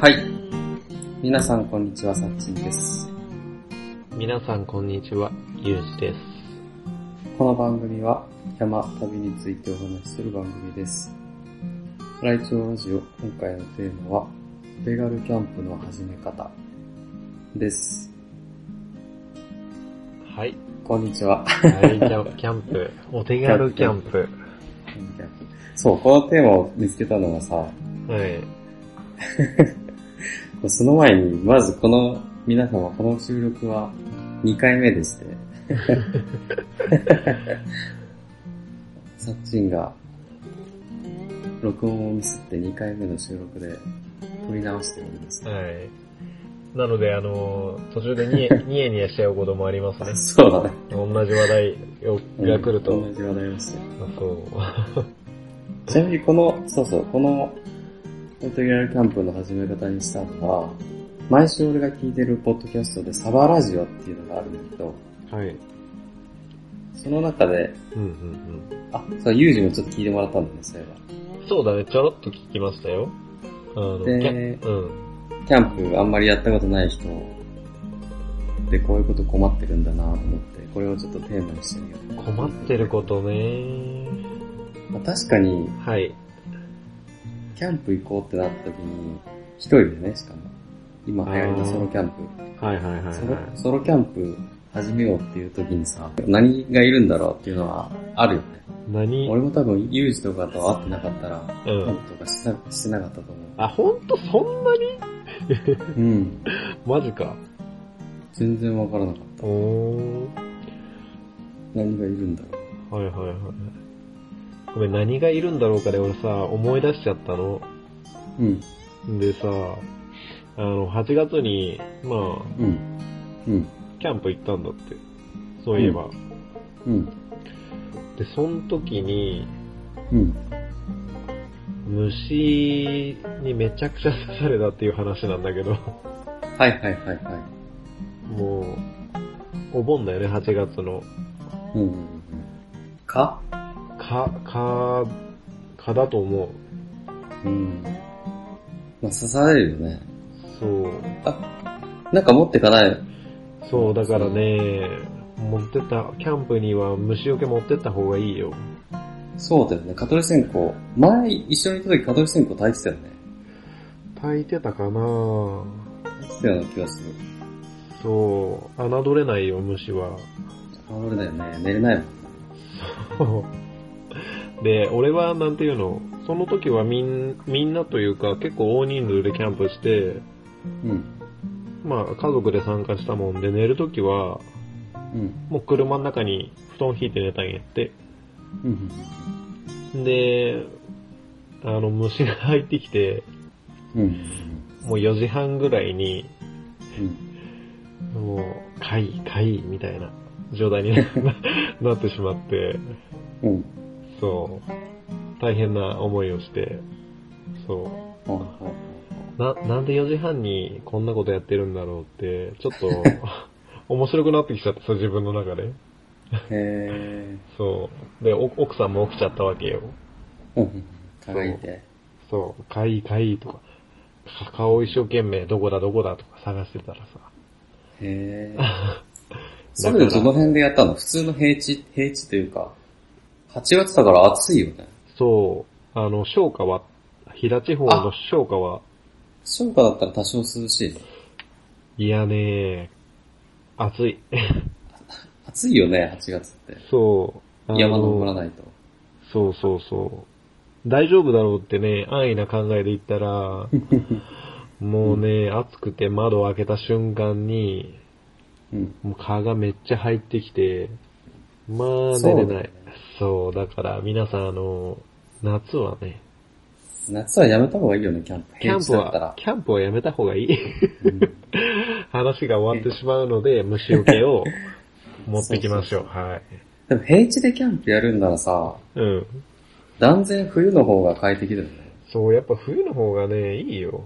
はい。皆さんこんにちは、さっちんです。皆さんこんにちは、ゆうじです。この番組は山、旅についてお話しする番組です。ライチョウラジオ、今回のテーマは、ベガルキャンプの始め方です。はい。こんにちは。 はい、キャキャンプ。お手軽キャンプ。そう、このテーマを見つけたのはさ、 はい。その前に、まずこの、皆様、この収録は2回目でして。サッチンが、録音をミスって2回目の収録で撮り直しております。はい。なので、あのー、途中で ニヤニヤニヤしちゃうこともありますね。そうだね。同じ話題をが来ると。同じ話題をして。あそう。ちなみにこの、そうそう、この、オートギャルキャンプの始め方にしたのは、毎週俺が聞いてるポッドキャストでサバラジオっていうのがあるんだけど、はい。その中で、うんうんあ、そう、ユージもちょっと聞いてもらったんだね、そういえば。うん。そうだね、ちょろっと聞きましたよ。あの、でキャうん。キャンプあんまりやったことない人でこういうこと困ってるんだなと思って、これをちょっとテーマにしてみよう。困ってることね。まあ、確かに、はい。キャンプ行こうってなった時に、一人でね、しかも。今流行りのソロキャンプ。はいはいはい、ソロソロキャンプ始めようっていう時にさ、何がいるんだろうっていうのはあるよね。何俺も多分、ユージとかと会ってなかったら、うキャンん。プとかしなしてなかったと思あ、ほんとそんなにう。うん。マジか。全然わからなかっおー。た。何がいるんだろう。はいはいはい。ごめん、何がいるんだろうかで俺さ、思い出しちゃったの。うん。でさ、あの、8月に、まあ、うん。うん。キャンプ行ったんだって。そういえば。うん。で、その時に、うん。虫にめちゃくちゃ刺されたっていう話なんだけど、はいはいはいはい。もう、お盆だよね、8月の。うんうんうん。かか、か、かだと思う。うん。まあ、刺されるよね。そう。なんか持ってかない。そう、だからね、持ってった、キャンプには虫除け持ってった方がいいよ。そうだよね。カトリセンコ。前一緒に行った時カトリセンコ炊いてたよね。炊いてたかな炊いてたような気がする。そう、侮れないよ、虫は。 あ、俺だよね。寝れないもん。で、俺は、なんていうの、その時はみん、みんなというか、結構大人数でキャンプして、うん。まあ、家族で参加したもんで、寝る時は、うん。もう車の中に布団引いて寝たんやって。うん。で、あの、虫が入ってきて、うん。うん。もう4時半ぐらいに、うん。もう、かい、かい、みたいな状態にななってしまって、うん。そう、大変な思いをして、そはいはう、な、なんで4時半にこんなことやってるんだろうって、ちょっと、 面白くなってきちゃった、自分の中で。い。へそう。で、お奥さんも起きちゃったわけよ。ー。うん。輝いて。そう、かい、かい、とか、か顔一生懸命、どこだ、どこだ、とか探してたらさ、へー。 それでどの辺でやったの普通の平地、平地というか、8月だから暑いよね。そう、あの、昭和、平地方の昭和、初夏だったら多少涼しいね。いやねー、暑い。暑いよね、8月って。そう。あの山登らないと。そうそうそう。大丈夫だろうってね、安易な考えで言ったら、もうね、暑くて窓を開けた瞬間に、うん。もう蚊がめっちゃ入ってきて、まあそ寝うだれよねない。そう,、だから皆さんあの、夏はね、夏はやめた方がいいよね、キャンプ。キャ平ン地プだったらは。、キャンプはやめた方がいい。 うん話が終わってしまうので、虫除けを持ってきましょう。はい。でも平地でキャンプやるんならさ、うん。断然冬の方が快適だよね。そう、やっぱ冬の方がね、いいよ。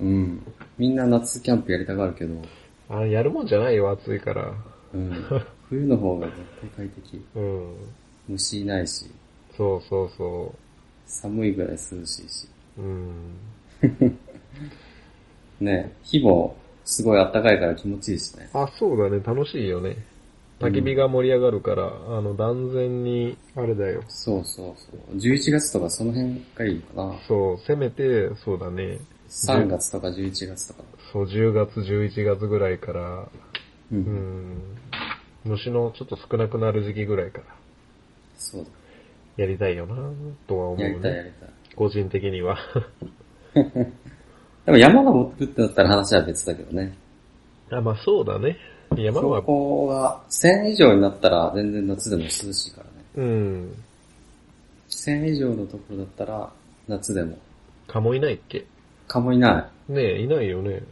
うん。みんな夏キャンプやりたがるけど、あやるもんじゃないよ、暑いから。 うん。冬の方が絶対快適。うん。虫いないし、そうそうそ寒いぐらい涼しいし。う。うん。ね火もすごい暖かいから気持ちいいしね。あ、そうだね。楽しいよね。焚き火が盛り上がるから、あの、断然に、あれだよ。そうそうそう。11月とかその辺がいいのかな。そう、せめて、そうだね。 3月とか11月とか。そう、10月、11月ぐらいから、うう。ん。虫のちょっと少なくなる時期ぐらいから、そうやりたいよなとは思う、だ。ね。やりたいやりたい。個人的には。 でも山登るってなったら話は別だけどね。あ、まあそうだね。山は標、高が1000以上になったら全然夏でも涼しいからね。うん。 1000以上のところだったら夏でも。蚊もいないっけ蚊もいなねえ、いないよね。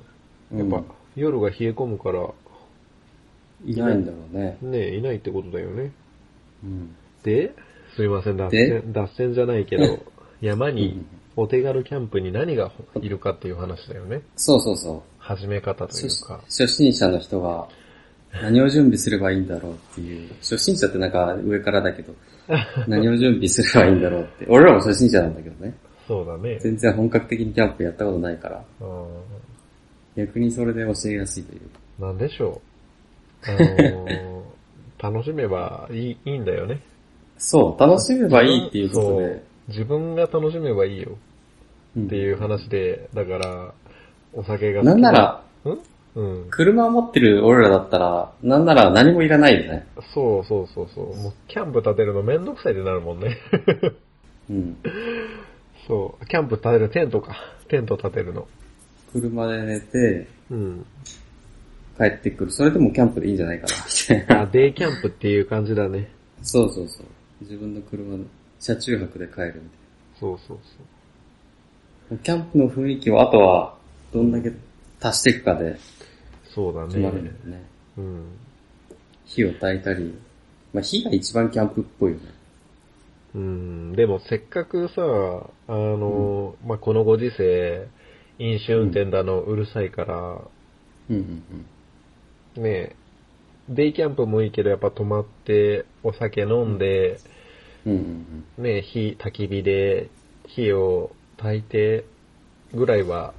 い。やっぱ、うん夜が冷え込むから、いないんだろうね。ねえ、いないってことだよね。うん。で、すいません、脱で線、脱線じゃないけど、山うにん、お手軽キャンプに何がいるかっていう話だよね。そうそうそう。始め方とい初うか。初心者の人が何を準備すればいいんだろうっていう。初心者ってなんか上からだけ ど、何を準備すればいいんだろうって。俺らも初心者なんだけどね。そうだね。全然本格的にキャンプやったことないから、うん逆にそれで教えやすいという。なんでしょう。あ のー楽しめばいいいいんだよね。そう、楽しめばいいっていうことそでう。自分が楽しめばいいようんっていう話で、だから、お酒が好きなんな、ら、うん。車持ってる俺らだったら、なんなら何もいらないよね。そうそうそうそう。もうキャンプ立てるのめんどくさいってなるもんね。 うん。そう。キャンプ立てるテントか。テント立てるの。車で寝て、うん。帰ってくる。それでもキャンプでいいんじゃないかな、みたいあ、な。デイキャンプっていう感じだね。そうそうそう。自分の車の車中泊で帰るみたいな。そうそうキャンプの雰囲気をあとはどんだけ足していくかでそう。そうだ決まるね。んだよね。うん。火を焚いたり、まあ火が一番キャンプっぽいよね。うん。でもせっかくさ、あの、まあ、このご時世、飲酒運転だのうるさいから、うんうんねえ、デイキャンプもいいけど、やっぱ泊まって、お酒飲んで、うん。うんうんねえ、火、焚き火で、火を焚いて、ぐらいは、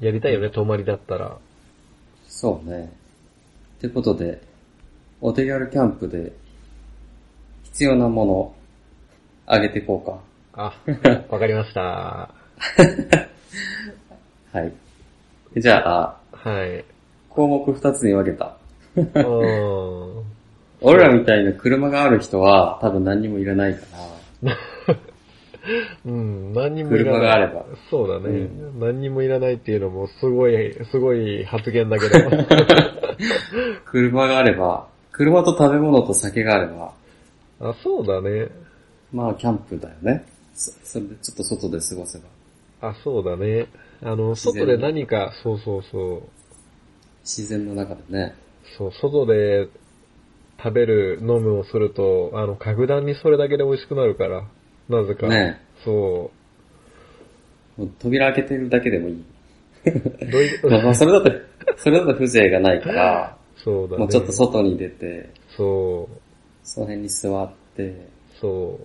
やりたいよね、泊まりだったら。そうね。ってことで、お手軽キャンプで必要なものあげていこう あ、わかりました。か。はい。じゃあ、はい。項目二つに分けた。うーん。俺らみたいな車がある人は多分何にもいらないから、うん、何にもいらない。車があればそうだね、う何にもいらないっていうのも、すごい、すごい発言だけ ど。車があれば、車と食べ物と酒があれば、あ、そうだね。まあ、キャンプだよね。そそれでちょっと外で過ごせば。あ、そうだね。あの、自然外で何か、そうそうそう。自然の中でね。そう、外で食べる、飲むをすると、あの、格段にそれだけで美味しくなるから、なぜか。ねそもう扉開けてるだけでもいい。う。どう いまあまあ、それだ と、それだと風情がないから、そうだね。もうちょっと外に出て、そう、その辺に座って、そ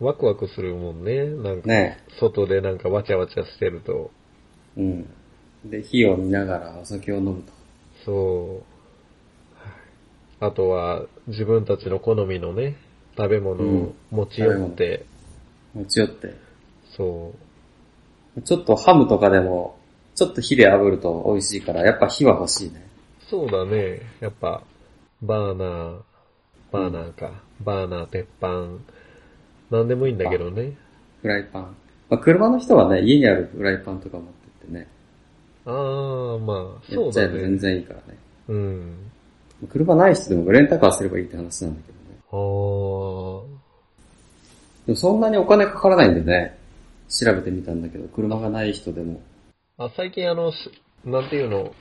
う。ワクワクするもんね。なんか、ね。外でなんかわちゃわちゃしてると。うん。で、火を見ながらお酒を飲むと。そう。はいあとは、自分たちの好みのね、食べ物うんを持ち寄って、持ち寄って。そちょっとハムとかでも、ちょっと火で炙ると美味しいから、やっぱ火は欲しいね。う。そうだね。やっぱ、バーナー、バーナーか。バーナー、鉄板。なんでもいいんだけどね。フライパン。まあ、車の人はね、家にあるフライパンとか持ってってね。あー、まあ、やそっうちゃだえば全ね。然いいからね。うん。車ない人でもレンタカーすればいいって話なんだけどね。あー、でもそんなにお金かからないんでね、調べてみたんだけど、車がない人でも。あ、最近あの、しなんていうの、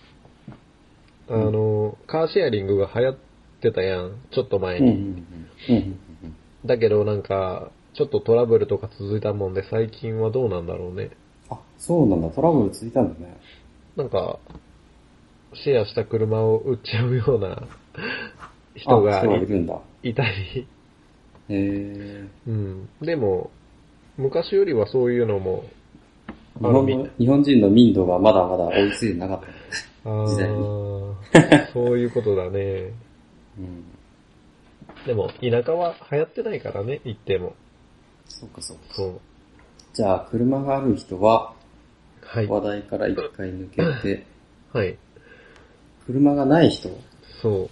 あの、カーシェアリングが流行ってたやん、ちょっと前うんに。うんうんうんだけどなんか、ちょっとトラブルとか続いたもんで、最近はどうなんだろうね。あ、そうなんだ、トラブルついたんだね。なんか、シェアした車を売っちゃうような人があそういるんだ。いたり、へえうん。でも、昔よりはそういうのも、日本みの日本人の民度がまだまだ追いついてなかった。あ時代ー そういうことだね。うん。でも、田舎は流行ってないからね、行っても。そうかそうか。そう。じゃあ、車がある人は、はい。話題から一回抜けて、はい。車がない人、そ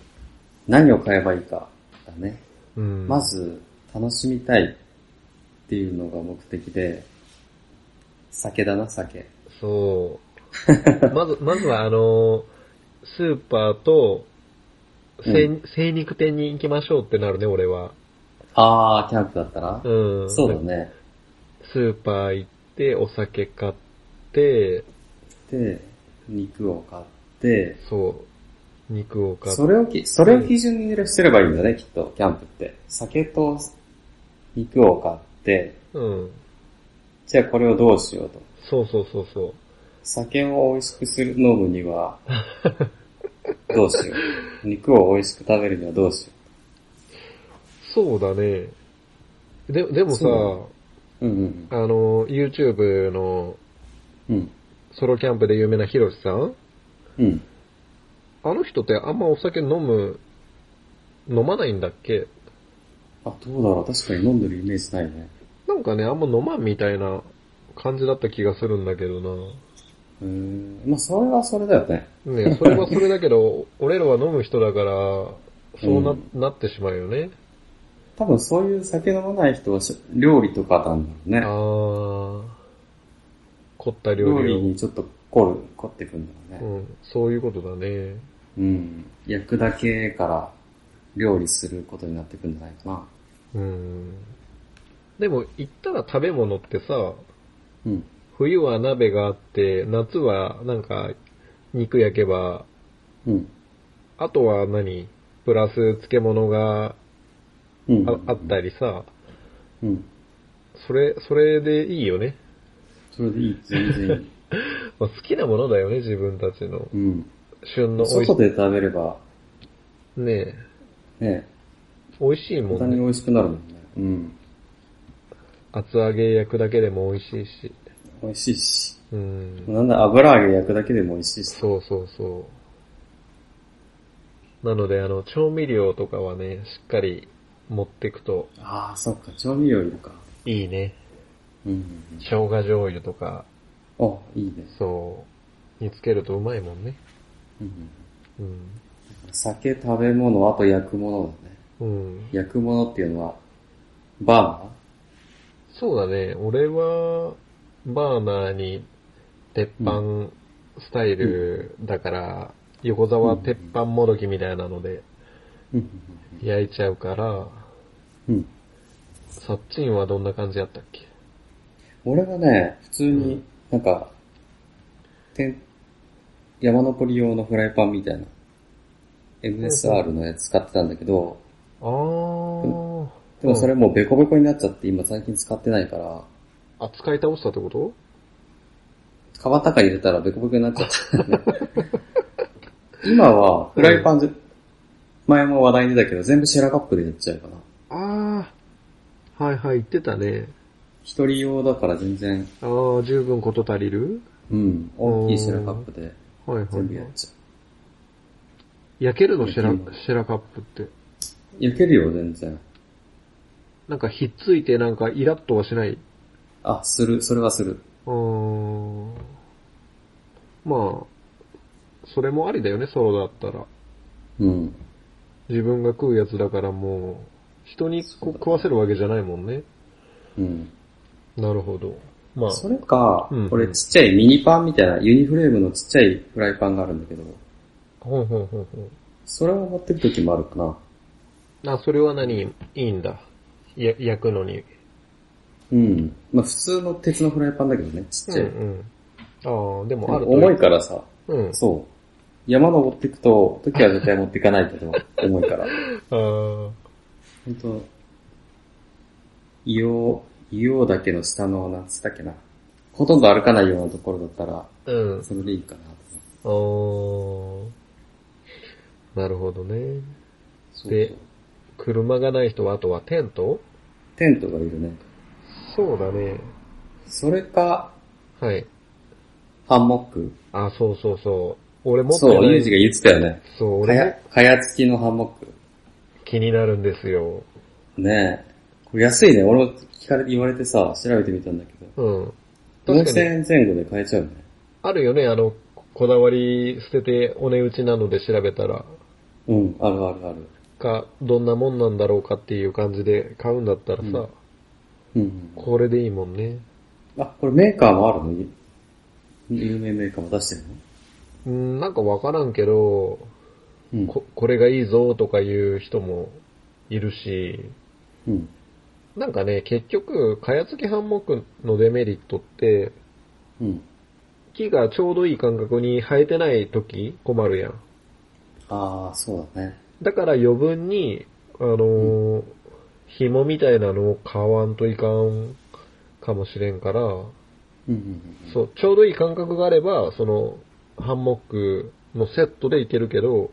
何を買えばいいか、だね。う。うん。ま。ず、楽しみたいっていうのが目的で、酒だな、酒。そう。まず、まずはあの、スーパーと、精、う精肉店に行きましょうってなるね、俺は。あー、キャンプだったら、うん。そうだね。スーパー行って、お酒買って、で、肉を買って、そう。肉を買って。それをき、それを基準にしてればいいんだね、きっと、キャンプって。酒と肉を買って、うん。じゃあこれをどうしようと。そうそうそうそう。酒を美味しくする、飲むに は、どうしよう。肉を美味しく食べるにはどうしよそうだね。で、でもさ、そう。うんうんあの、YouTube のうん。ソロキャンプで有名なヒロシさんうん。うん。あの人ってあんまお酒飲む、飲まないんだっけあ、どうだろう。確かに飲んでるイメージないね。なんかね、あんま飲まんみたいな感じだった気がするんだけどうーん。まあ、それはそれだよね。な。ね、それはそれだけど、 俺らは飲む人だから、そうな,、うんなってしまうよね。多分そういう酒飲まない人はし料理とかなんだあろうね。ー、凝った料料理理を。にちょっと凝る、凝ってくんだろうね。うん、そういうことだね。うん。焼くだけから料理することになってくんじゃないかな。うん。でも、行ったら食べ物ってさ、うん。冬は鍋があって、夏はなんか肉焼けば、うん。あとは何プラス漬物がうん。ああったりさ、うん。それ、それでいいよね。それでいい、全然いい。まあ、好きなものだよね、自分たちの。うん。旬の美味し外で食べれば、い。ねね、え美味しいも簡単んにね。美味しくなるもんね。うん。厚揚げ焼くだけでも美味しいし。美味しいし。うん。なんだ、油揚げ焼くだけでも美味しいし。そうそうそう。なので、あの、調味料とかはね、しっかり持ってくとああ、そっか、調味料いるか。いいね。うん。生姜醤油とか、あ、いいね。そう、につけるとうまいもんね。うん。うん。酒、食べ物、あと焼くものだね。うん。焼くものっていうのは、バそうだね。俺は、バーナーに鉄板スタイルだから、横沢鉄板もどきみたいなのでーナーうん。焼いちゃうから、うん。そっちんはどんな感じやったっけ俺はね、普通うにん、なんか、てん、山登り用のフライパンみたいな、MSR のやつ使ってたんだけど、あー。でもそれうんもうベコベコになっちゃって今最近使ってないから、あ、使い倒したってこと皮とか入れたらベコベコになっちゃった。 今は、フライパン、前も話題に出たけど、全部シェラカップでやっちゃうかな。あー。はいはい、言ってたね。一人用だから全然、あー、十分こと足りるうん、大きいシェラカップではいはい、全部やはっい。ちゃう。焼けるのシェラ焼ける、シェラカップって。焼けるよ、全然。なんかひっついてなんかイラッとはしない。あ、する、それはする。うーん。まあ、それもありだよね、ソロだったら。うん。自分が食うやつだからもう、人にそうだねこ食わせるわけじゃないもんね。うん。なるほど。まあ、それか、うんうん俺ちっちゃいミニパンみたいな、ユニフレームのちっちゃいフライパンがあるんだけど、ほんほんほんほん。それを持ってく時もあるかな。あ、それは何いいんだ。や焼くのに。うん。まあ普通の鉄のフライパンだけどね、ちっうんちゃい。うん。ああ、でもあると重いからさ、うん。そう。山登っていくと、時は絶対持っていかないけど、重いから。あーほんと、硫黄、硫黄岳の下の、なんつったっけな。ほとんど歩かないようなところだったら、うん。それでいいかなとあーなるほどね。そうで車がない人はあとはテントテントがいるね。そうだね。それか、はい。ハンモック。あ、そうそうそう。俺持ってそう、なユーい。ジが言ってたよね。そう、か俺やも、かや付きのハンモック。気になるんですよ。ねえ。これ安いね。俺も聞かれて言われてさ、調べてみたんだけど。うん。確か4000に、円前後で買えちゃうね。あるよね、あの、こだわり捨ててお値打ちなので調べたら、うん、あるあるある。か、どんなもんなんだろうかっていう感じで買うんだったらさ、うんうん、うん。これでいいもんね。あ、これメーカーもあるの有名メーカーも出してるのうん、なんかわからんけど、うん。こ、これがいいぞとかいう人もいるし、うん。なんかね、結局、かやつきハンモックのデメリットって、うん。木がちょうどいい感覚に生えてない時困るやん。ああ、そうだね。だから余分に、あのー紐みたいなのを買わんといかんかもしれんから、うんうんうん。そう、ちょうどいい感覚があれば、その、ハンモックのセットでいけるけど、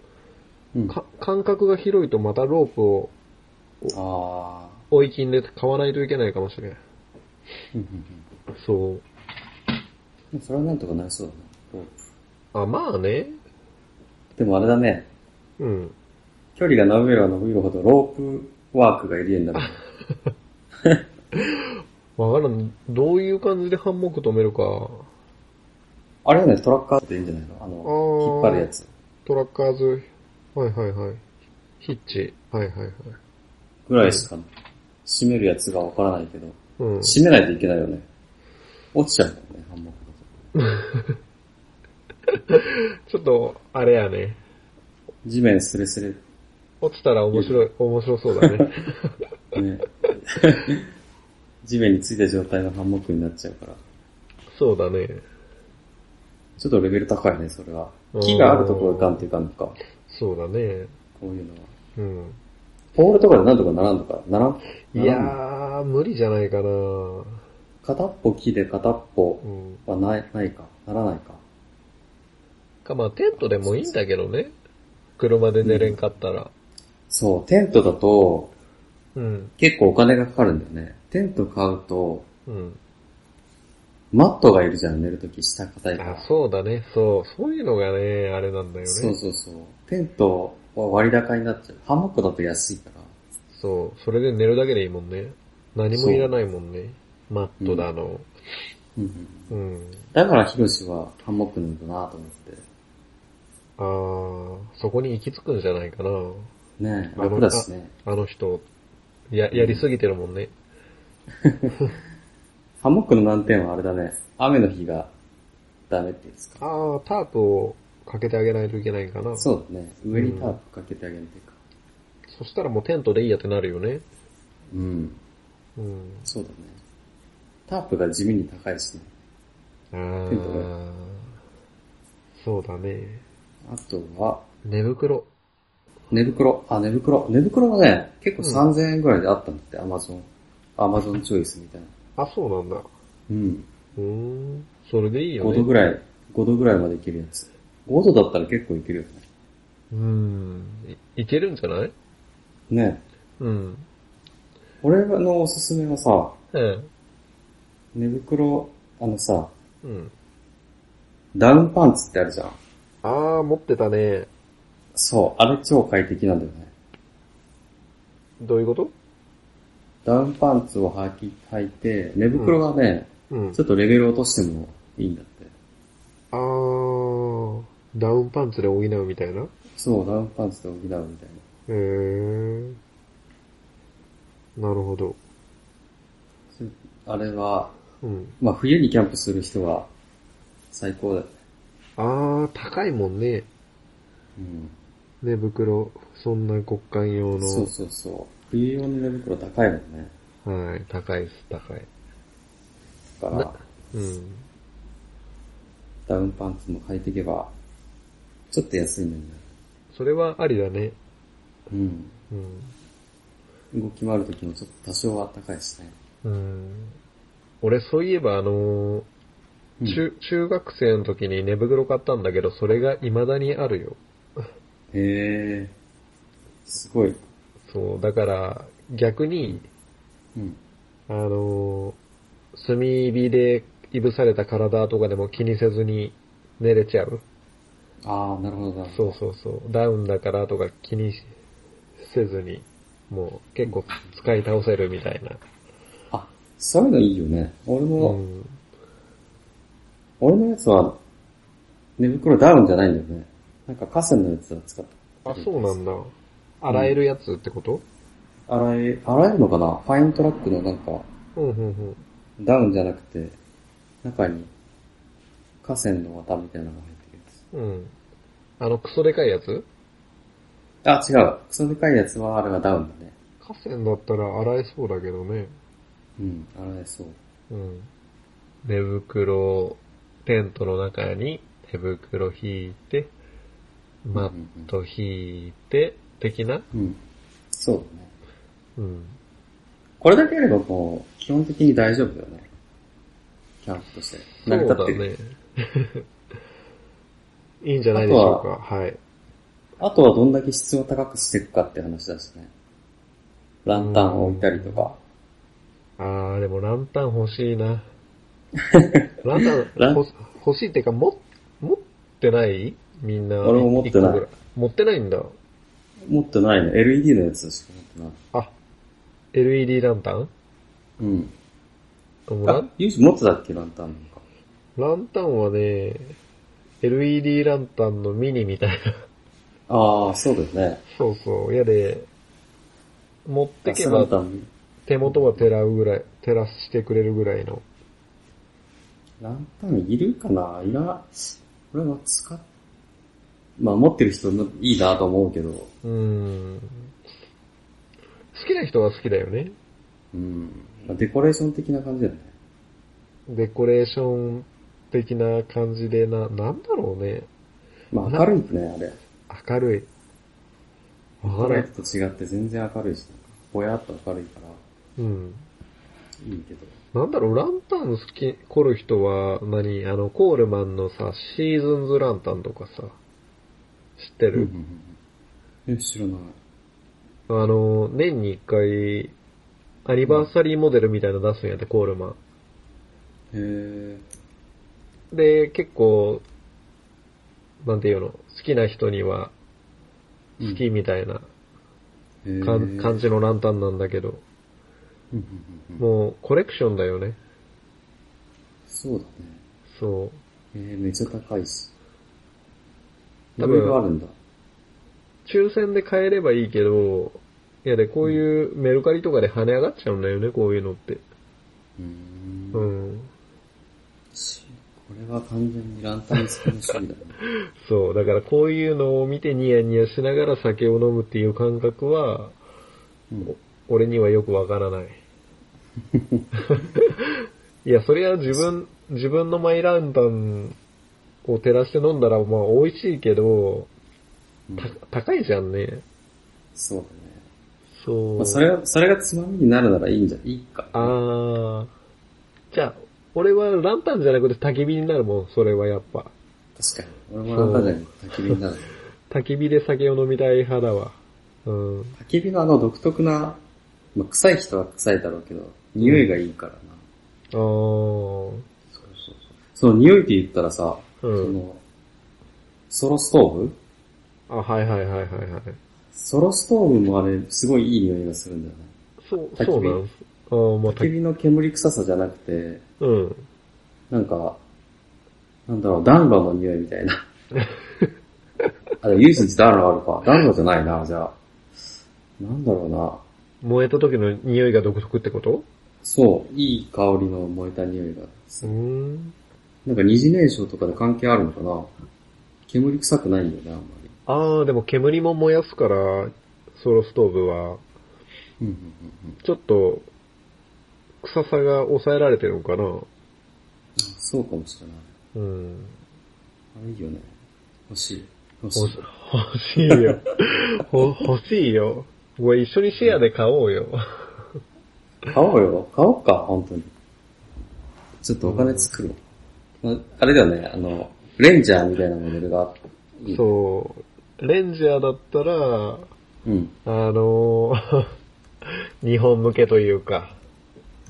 うん。あか間隔が広いとまたロープをあ追い金で買わないといけないかもしれん。ー。うんうんそう。うん。それはなんとかなりそうだね。あ、まあね。でもあれだね。うん。距離が伸びれば伸びるほどロープワークがいるようになるね。わからん。どういう感じでハンモック止めるか。あれはね、トラッカーっていいんじゃないのあの、あー引っ張るやつ。トラッカーズ。はいはいはい。ヒッチ。はいはいはい。ぐらいしか、締めるやつがわからないけど、うん。締めないといけないよね。落ちちゃうんだよね、ハンモックだとちょっと、あれやね。地面スレスレ落ちたら面白い、面白そうだね。 ね、地面についた状態のハンモックになっちゃうから、そうだね。ちょっとレベル高いね、それはう。ん木があるところがガンっていかんのか、こそうだうね。いうのは。うん。ポールとかでなんとかならんのか、ならんいなやらんのー、無理じゃないかな片っぽ木で片っぽうん。はない、ないか、ならないか。か、まあテントでもいいんだけどね。車で寝れんかったら。そう、テントだとうん。結構お金がかかるんだよね。テント買うと、うん。マットがいるじゃん、寝るとき下硬いからあ、。そうだね。そう。そういうのがね、あれなんだよね。そうそうそう。テントは割高になっちゃう。ハンモックだと安いから。そう。それで寝るだけでいいもんね。何もいらないもんね。マットだの。うんうんうん。だからヒロシはハンモックなんだなと思って。あー、そこに行き着くんじゃないかなねえ、あの楽だしね。あの人。や、やりすぎてるもんね。ハンモックの難点はあれだね。雨の日がダメっていうんですか。ああ、タープをかけてあげないといけないかな。そそうだね。上にタープかけてあげるというか。したらもうテントでいいやってなるよね。うん。うん。そうだね。タープが地味に高いしね。あテントあ、そうだね。あとは、寝袋。寝袋。あ、寝袋。寝袋がね、結構う3000円ぐらいであったんだって、アマゾン。アマゾンチョイスみたいな。あ、そうなんだ。うん。うーん。それでいいよ5度ね。ぐらい、5度ぐらいまでいけるやつ。5度だったら結構いけるよね。うん。いいけるんじゃないねえ。うん。俺のおすすめはさ、え寝袋、あのさ、え。うん。ダウンパンツってあるじゃん。ああ、持ってたね。そう、あれ超快適なんだよね。どういうことダウンパンツを履き、履いて、寝袋がね、うんち。ょっとレベル落としてもいいんだって。ああ、ダウンパンツで補うみたいな。へそう、ダウンパンツで補うみたいな。え。なるほど。それあれは、うん。まあ冬にキャンプする人は最高だよね。ああ、高いもんね。うん。寝袋。そんな極寒用の。そうそうそう。冬用の寝袋高いもんね。はい、高いです、高い。だからな、うん。ダウンパンツも履いていけば、ちょっと安いのになる。それはありだね。うん。うん。動き回るときもちょっと多少は高いしね。うん。俺、そういえば、あのーうん中、中学生の時に寝袋買ったんだけど、それが未だにあるよ。へえ。すごい。そう、だから逆に、うん。あのー、炭火でいぶされた体とかでも気にせずに寝れちゃう。ああ、なるほど、なるほそど。うそうそう。ダウンだからとか気にせずに、もう結構使い倒せるみたいな。あ、そういうのいいよね。俺うも、ん。俺のやつは、寝袋ダウンじゃないんだよね。なんか河川のやつは使った。あ、そうなんだ。洗えるやつってこと洗え、洗えるのかなファイントラックのなんか、うん、うん、うん。ダウンじゃなくて、中に、河川の綿みたいなのが入ってるうん。あの、クソでかいやつやつ。あ、違う。クソでかいやつは、あれはダウンだね。河川だったら洗えそうだけどね。うん、洗えそう。うん。寝袋、テントの中に手袋引いて、マット引いて、的なうん。そうだね。うん。これだけあればもう、基本的に大丈夫だよね。キャンプとして。そ成りう立っだてる。ね。いいんじゃないでしょうか。はい。あとはどんだけ質を高くしていくかって話だしね。ランタンを置いたりとか。あー、でもランタン欲し いな。ランタランンほ欲しいっていうか、も、持ってないみんな。俺も持ってない一個ぐら。持ってないんだ。持ってないね。LED のやつしか持ってあ、LED ランタンない。うん。でもラあン、ユージ持ってたっけランタンなんか。ランタンはね、LED ランタンのミニみたいな。 ああ、そうだよね。そうそう。やで、持ってけラばンタン、手元は照らうぐらい、照らしてくれるぐらいの。ランタンいるかないら、俺は使っ、まあ持ってる人のいいなと思うけど、うーん。好きな人は好きだよね。うん。まあデコレーション的な感じだよね。デコレーション的な感じでな、なんだろうね。まあ明るいね、あれ。明るい。わホかラらイん。トと違って全然明るいし、なんかぼやっと明るいから、うん。いいけど。なんだろう、ランタン好き、凝る人は、何あの、コールマンのさ、シーズンズランタンとかさ、知ってうんうる、んうんえ、知らない。あの、年に一回、アニバーサリーモデルみたいなの出すんやって、コールマン。へえ。で、結構、なんていうの、好きな人にはうん好きみたいなへーかん感じのランタンなんだけど、うんうんうんうんもうコレクションだよね。そうだね。そえー、めっちゃ高いし。い多ろ分いろあるんだ。う。抽選で買えればいいけど、いやで、こういうメルカリとかで跳ね上がっちゃうんだよね、こういうのって。うーんうこん。れは完全にランタン付きの趣 味だね。そう、だからこういうのを見てニヤニヤしながら酒を飲むっていう感覚は、うん俺にはよくわか らない。いや、そりゃ自分、自分のマイランタンを照らして飲んだら、まあ、美味しいけど、うんた高いじゃんね。そうだね。そう。まあ、それは、それがつまみになるならいいんじゃ、いいか。あー。じゃあ、俺はランタンじゃなくて焚き火になるもん、それはやっぱ。確かに。俺もランタンじゃなくて焚き火になる。焚き火で酒を飲みたい派だわ。うん。焚き火のあの独特な、まあ、臭い人は臭いだろうけど、匂いがいいからな。あー。そうそうそう。その匂いって言ったらさ、うんその、ソロストーブあ、はいはいはいはいはい。ソロストーブもあれ、すごいいい匂いがするんだよね。そう、焚き火そうなんです。あー、まあ、焚き焚き火の煙臭さじゃなくて、うん。なんか、なんだろう、暖炉の匂いみたいな。 あ、でも、ユージンチ暖炉あるか。暖炉じゃないな、じゃあ。なんだろうな。燃えた時の匂いが独特ってことそう、いい香りの燃えた匂いがすうーる。ん。なんか二次燃焼とかで関係あるのかな煙臭くないんだよね、あんまり。ああ、でも煙も燃やすから、ソロストーブは、うんうんうんうん。ちょっと、臭さが抑えられてるのかなあそうかもしれない。うん。あれいいよね。欲しい。欲しい欲し。欲しい よ。ほ欲しいよ。これ一緒にシェアで買おうよ。買おうよ。買おうか、本当に。ちょっとお金作るわ。まああれだよね、あの、レンジャーみたいなモデルが、そう。レンジャーだったら、うん。あのー 日本向けというか、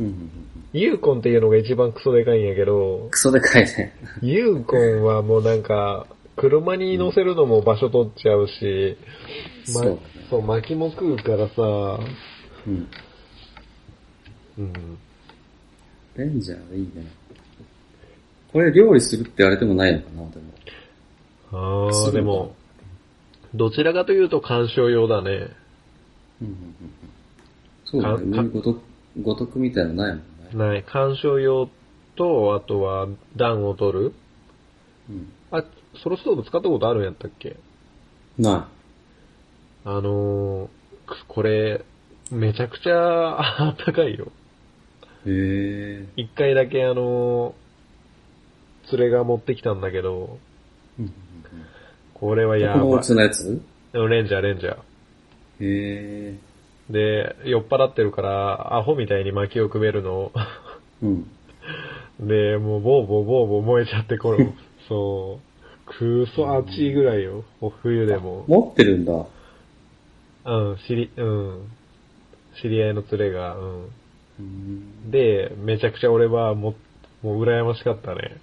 うんうんうん。ユーコンっていうのが一番クソでかいんやけど、クソでかいね。ユーコンはもうなんか、車に乗せるのも場所取っちゃうし、そまうだねそう、巻きも食うからさ、うん。うん。レンジャーいいね。これ料理するってあれでもないのかな、でも。あそあ、うでも、どちらかというと鑑賞用だね。うんうんうんうん。そうだね。上かにごと、ごとくみたいのないもんね。ない。鑑賞用と、あとは暖を取る。うん。あ、ソロストーブ使ったことあるんやったっけなあのー、これ、めちゃくちゃあったかいよ。い。へえ。一回だけあのー、連れが持ってきたんだけど、うんうんこれはうん。やこのおば家のやつい。レンジャー、レンジャー。へえ。で、酔っ払ってるから、アホみたいに薪をくべるの。 うん。で、もうボーボーボーボー燃えちゃって、これ、そう、くそ暑いぐらいよ、お冬で も。持ってるんだ。ううん、知り、うん。知り合いの連れが、うん。ん。で、めちゃくちゃ俺はも、もう羨ましかっ たね。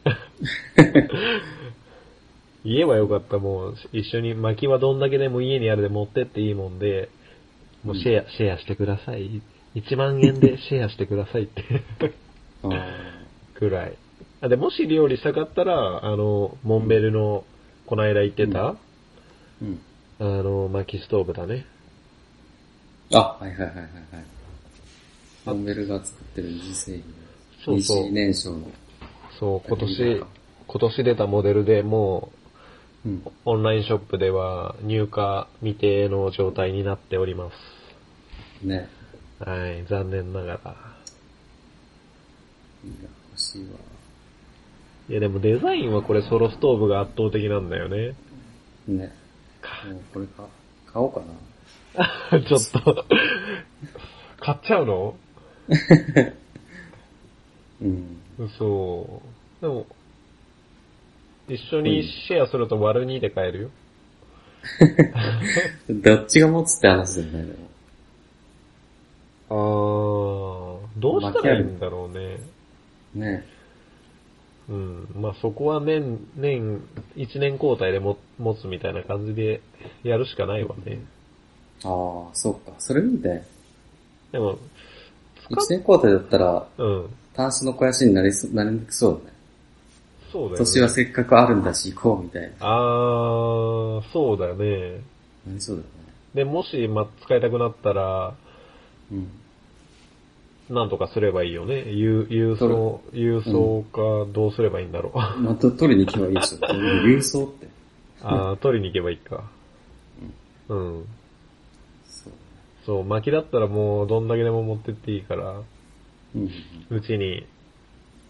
言えばよかった、もう、一緒に、薪はどんだけでも家にあるで持ってっていいもんで、もうシェア、シェアしてください。1万円でシェアしてくださいって。 ああ。ぐらい。あでもし料理したかったら、あの、モンベルの、こないだ言ってた、うん。あの、薪ストーブだね。あ、はいはいはいはいはい。モンベルが作ってる二次製品。そうそう二次燃焼の。そう、今いい年な、今年出たモデルでもうんう、。オンラインショップでは入荷未定の状態になっております。ね。はい、残念ながら。いいな、欲しいわ。いやでもデザインはこれソロストーブが圧倒的なんだよね。 ね。もうこれか、買おうかな。ちょっと、買っちゃうのうん。そう。でも、一緒にシェアすると割る2で買えるよ。どっちが持つって話だよね、でも。あー、どうしたらいいんだろうね。ね。うん。まあそこは年、年、1年交代でも持つみたいな感じでやるしかないわね。ああ、そうか。それ見て、でも、一年交代だったら、うん。単子の肥やしになりそ、なりにくそうだね。そうだよね。年はせっかくあるんだし、行こうみたいな。あー、そうだよね。なりそうだね。で、もし、まあ、使いたくなったら、うん。なんとかすればいいよね。郵郵送、郵送か、どうすればいいんだろう。また取りに行けばいいでしょ。 郵送って。 ああ、取りに行けばいいか。うん。そう。そう、薪だったらもうどんだけでも持ってっていいから、うん。うちに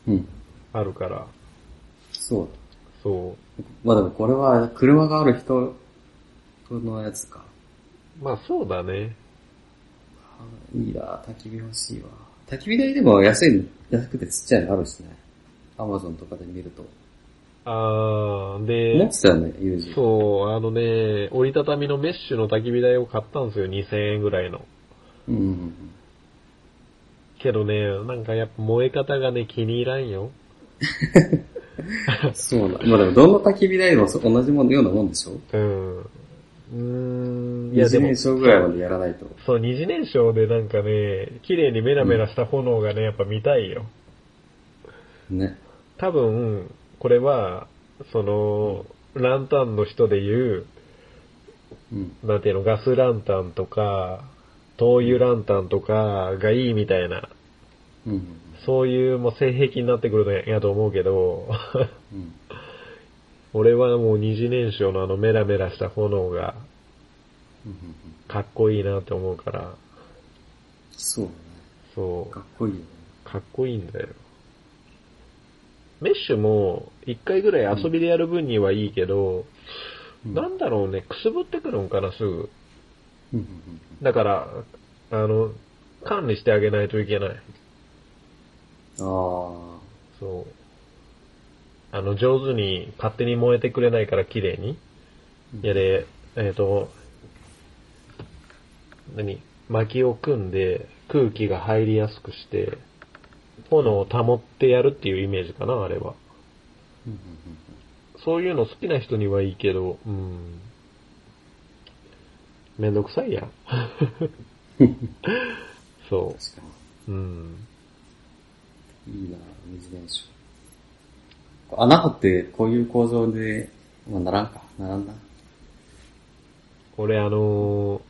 うん。あるから、そうそだ。まあでもこれは、車がある人のやつか。う。まあそうだね。あいいな、焚き火欲しいわ。焚き火台でも安い、安くてちっちゃいのあるしね。アマゾンとかで見ると。あー、持っで、てたよね、友人。そう、あのね、折りたたみのメッシュの焚き火台を買ったんですよ、2000円ぐらいの。うんうんうん。けどね、なんかやっぱ燃え方がね、気に入らんよ。そうな。まあでも、どんな焚き火台もそ同じものようなもんでしょうん。うーん、い二やで次も燃、焼ぐらいまでやらないと。そう、二次燃焼でなんかね、綺麗にメラメラした炎がね、やっぱ見たいよ。ね。多分、これは、その、ランタンの人で言うん。う、なんていうの、ガスランタンとか、灯油ランタンとかがいいみたいな、うん。そういうもう性癖になってくるのやと思うけど、 うん。俺はもう二次燃焼のあのメラメラした炎がうん。かっこいいなって思うから、そうね。そかっこいいよね。う、かっこいいんだよ。メッシュも、一回ぐらい遊びでやる分にはいいけど、うんなんだろうね、くすぶってくるんかな、すぐ。うんうんだから、あの、管理してあげないといけない。うん。あそう。あの、上手に、勝手に燃えてくれないから綺麗に。うんいやで、えっ、と、何薪を組んで空気が入りやすくして、炎を保ってやるっていうイメージかな、あれは。うんうんそういうの好きな人にはいいけど、うん。めんどくさいや。 うんうんそ確かう。うん。に。いいな水燃焼。穴掘ってこういう構造で、まあ、ならんか。ならんな。俺あのー、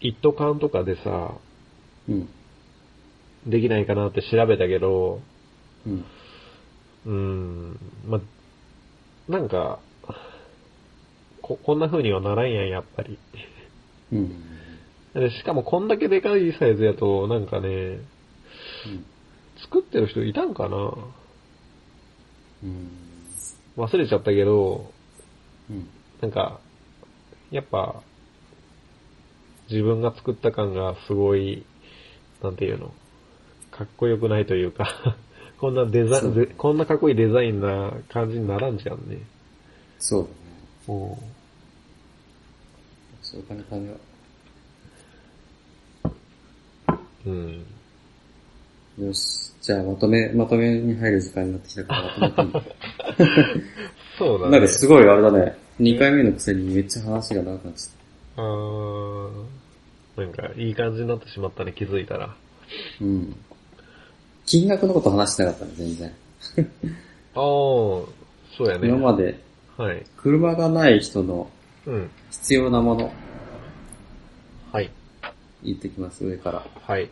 一斗缶とかでさ、うん。できないかなって調べたけど、うん。うん、ま、なんか、こ、こんな風にはならんやん、やっぱり。うん。うん。でしかもこんだけでかいサイズやと、なんかね、作ってる人いたんかなうん。忘れちゃったけど、うん。なんか、やっぱ、自分が作った感がすごい、なんていうの、かっこよくないというか、 こんなデザイそうン、でこんなかっこいいデザインな感じにならんじゃんね。そうだね。おそうお金貯めよう。うん。よし。じゃあ、まとめ、まとめに入る時間になってきたから、まとめて いそうだいね。なんかすごいあれだね。2回目のくせにめっちゃ話が長くなっちゃっあーなんか、いい感じになってしまったね、気づいたら。た。うん。金額のこと話してなかったね、全然。ああ、そうやね。今まで、はい。車がない人のうん。必要なもの、はい。言ってきます、上から。はい。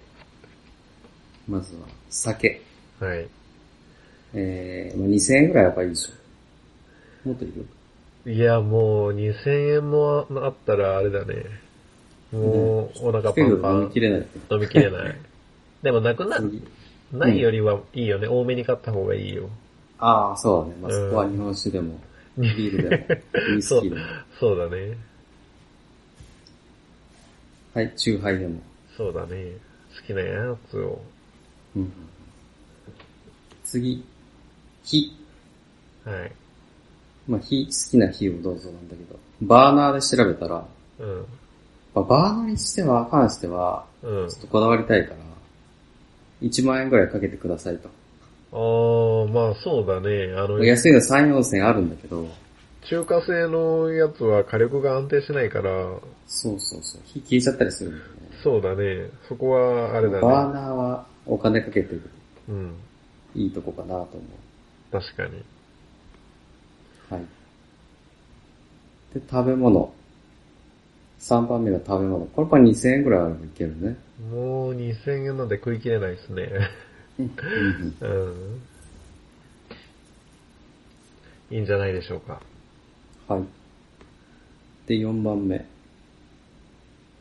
まずは、酒。はい。えー、まあ2000円ぐらいやっぱいいでしょ。もっといるいや、もう、2000円もあったら、あれだね。もう、お腹パけンどパ飲みン。きれないって。飲みきれない。でも、なくな、次ないよりはいいよね。多めに買った方がいいよ。ああ、そうだね。まあ、うんそこは日本酒でも、ビールで も、ウイスキーでも、そうだね。はい、チューハイでも。そうだね。好きなやつを。うん、次、火。はい。まあ、火、好きな火をどうぞなんだけど、バーナーで調べたら、うん。まあ、バーナーにしては、関しては、うんちょ。っとこだわりたいから、1万円ぐらいかけてくださいと。あー、まあ、そうだね。あの、安いの3、4千あるんだけど、中華製のやつは火力が安定しないから、そうそうそう、火消えちゃったりするんだよね。そうだね。そこは、あれだバーね。ナーはお金かけてうん。いいとこかなと思確かに。う。はい。で、食べ物。3番目が食べ物。これこれ2000円ぐらいあればいけるね。もう2000円なんで食い切れないですね。うんうん。いいんじゃないでしょうか。はい。で、4番目。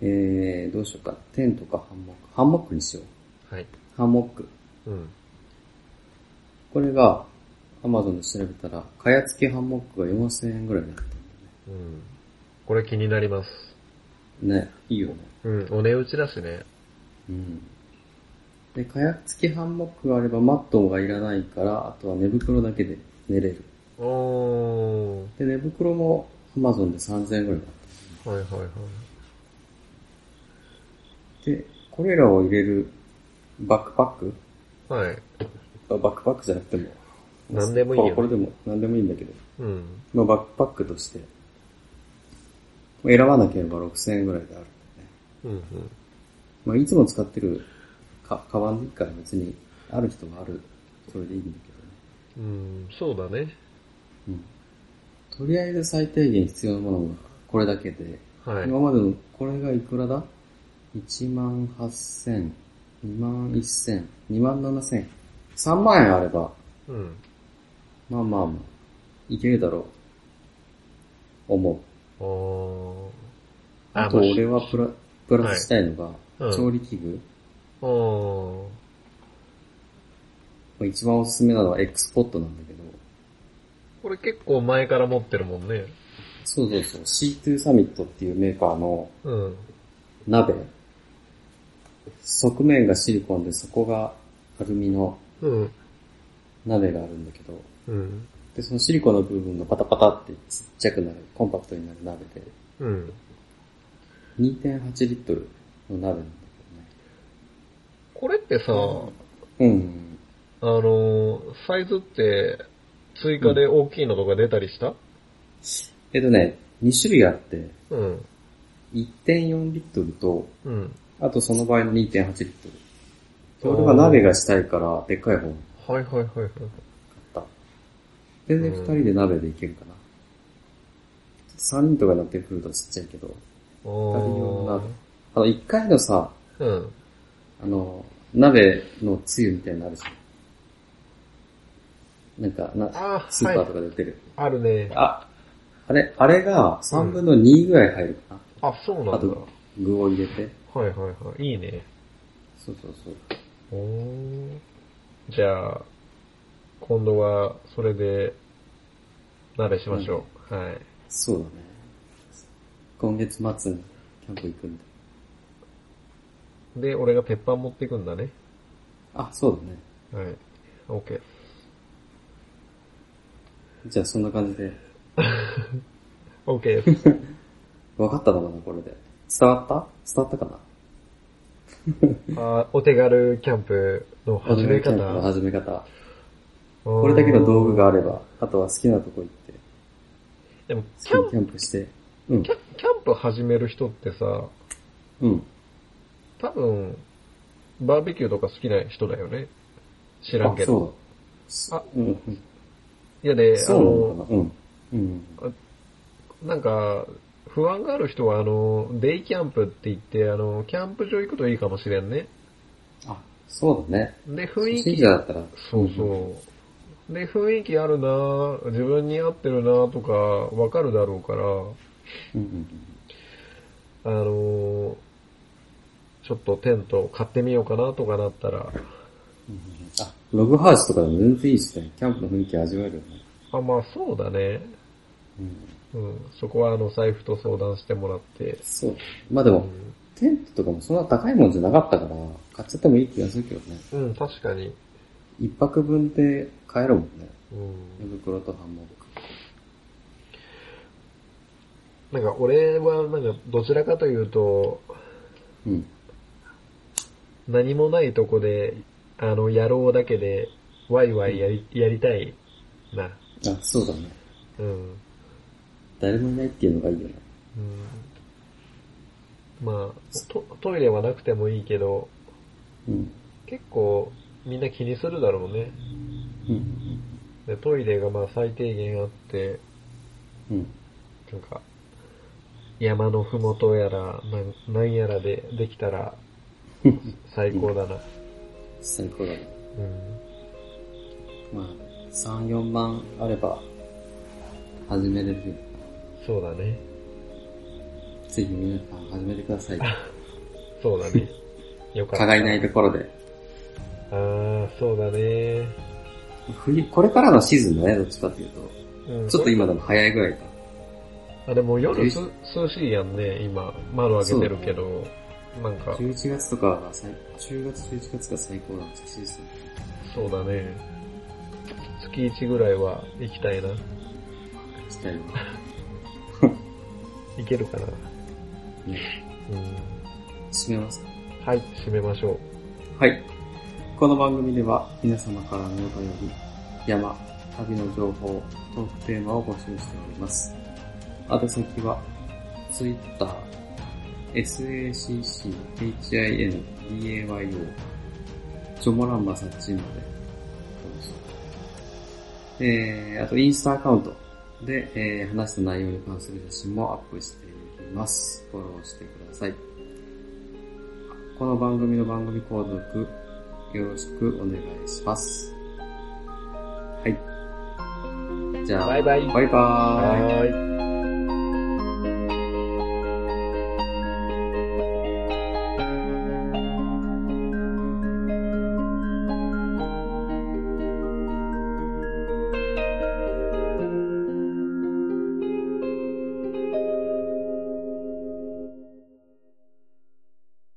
えー、どうしようか。テントかハンモック。ハンモックにしよう。はい。ハンモック。うん。これが、アマゾンで調べたら、かや付きハンモックが4000円ぐらいになってうん。これ気になります。るね。いいよね。うん。お値打ちだしね。うん。で、かや付きハンモックがあればマットがいらないから、あとは寝袋だけで寝れる。おー。で、寝袋もアマゾンで3000円ぐらいだっはいはいはい。た。で、これらを入れるバックパックはい。あバックパックじゃなくても。何でもいいよねこれでも、何でもいいんだけど。うん。のバックパックとして、選ばなければ6000円ぐらいであるんでね。うんうん。まあ、いつも使ってるか、カバンでいいから別に、ある人はある、それでいいんだうん、そうだね。けどね。うん。とりあえず最低限必要なものがこれだけで、はい。今までの、これがいくらだ ?1 万8000、2万1000、2万7000、3万円あれば、うん。まあまあまあ、いけるだろう。思う。おー。あともう俺はプラプラスしたいのが、うん調理器具。お一番おすすめなのは X ポットなんだけど、ー。これ結構前から持ってるもんね。そうそうそう、C2 サミットっていうメーカーのうん。鍋。側面がシリコンで、そこがアルミのうん。鍋があるんだけど、うん。で、そのシリコンの部分がパタパタってちっちゃくなる、コンパクトになる鍋で、うん。 2.8リットルの鍋なんだこれってさ、けどね。うん。あの、サイズって追加で大きいのとか出たりしたえっとね、2種類あって、うん。 1.4リットルと、うん。あとその場合の2.8リットル。それは鍋がしたいから、でっかい方はいはいはいはい。全然二人で鍋でいけるかな。三人とかになってくるとちっちゃいけど、二人あ用のー鍋。あの、一回のさ、うん。あの、鍋のつゆみたいなのあるじゃん。なんか、な、あスー、ーパーはいと。かで売ってる。あるね。あ、あれ、あれが三分の二ぐらい入るかな。あ、そうなあんとだ。、具を入れて。はいはいはい。いいね。そうそうそう。おーじゃあ、今度はそれで、鍋しましょう。はい。そうだね。今月末にキャンプ行くんだ。で、俺がペッパー持っていくんだね。あ、そうだね。はい。OK。じゃあそんな感じで。 OK です。わかったのかな、これで。伝わった伝わったかなあーお手軽キャンプの始めキャンプの方。始め方。ここれだけの道具があれば、あとは好きなとこ行って、でも、キャ好きンにキャンプして。うんキ。ャキャンプ始める人ってさ、うん。多分、バーベキューとか好きな人だよね。知らんあ、けど。そうだあ。うんうん。いやで、あそうなのの、かなうん。うん。なんか、不安がある人は、あの、デイキャンプって言って、あの、キャンプ場行くといいかもしれんね。あ、そうだね。で、雰囲初心気者、だったら。そうそう。で、雰囲気あるなぁ自分に合ってるなぁとか、わかるだろうから、うん。うんあのーちょっとテント買ってみようかなとかなったら、うん。あ、ログハウスとかでも全然いいしね。キャンプの雰囲気味わえるよね。あ、まあそうだね。うん。うん。そこはあの財布と相談してもらって。そう。まあでうも、ん、テントとかもそんな高いもんじゃなかったから、買っちゃってもいい気がするけどね。うん、確かに。一泊分で帰ろうもんね。うん寝。袋とハンモック。なんか俺はなんかどちらかというと、うん。何もないとこで、あの、野郎だけで、ワイワイやり、やりたいな。あ、そうだね。うん。誰もいないっていうのがいいよね。うん、まあト、トイレはなくてもいいけど、うん。結構みんな気にするだろうね。うん。で、トイレがまあ最低限あって、うん。なんか、山のふもとやら、なんなんやらででき たら最高だな。最高だね。うん。まあ、3、4万あれば、始めれるよ。そうだね。ぜひ皆さん始めてくだ さい。そうだ ね。よかった。かがいないところで。ああ、そうだね。冬、これからのシーズンだね、どっちかっていうと。うん、ちょっと今でも早いぐらいか。あ、でも夜す涼しいやんね、今。窓開けてるけど。なんか、 11月とかが最、10月、11月が最高なんですシーズン。そうだね。月1ぐらいは行きたいな。期待は。行けるかな。ねうん。締めますかはい、締めましょう。はい。この番組では皆様からのお便り、山、旅の情報、トークテーマを募集しております。宛先は、Twitter、sacchindayo、ジョモランバサッチンまで。えー、あとインスタアカウントで、えー話した内容に関する写真もアップしていきます。フォローしてください。この番組の番組購読、よろしくお願いします。はい。じゃあ、バイバイバイバーイはい。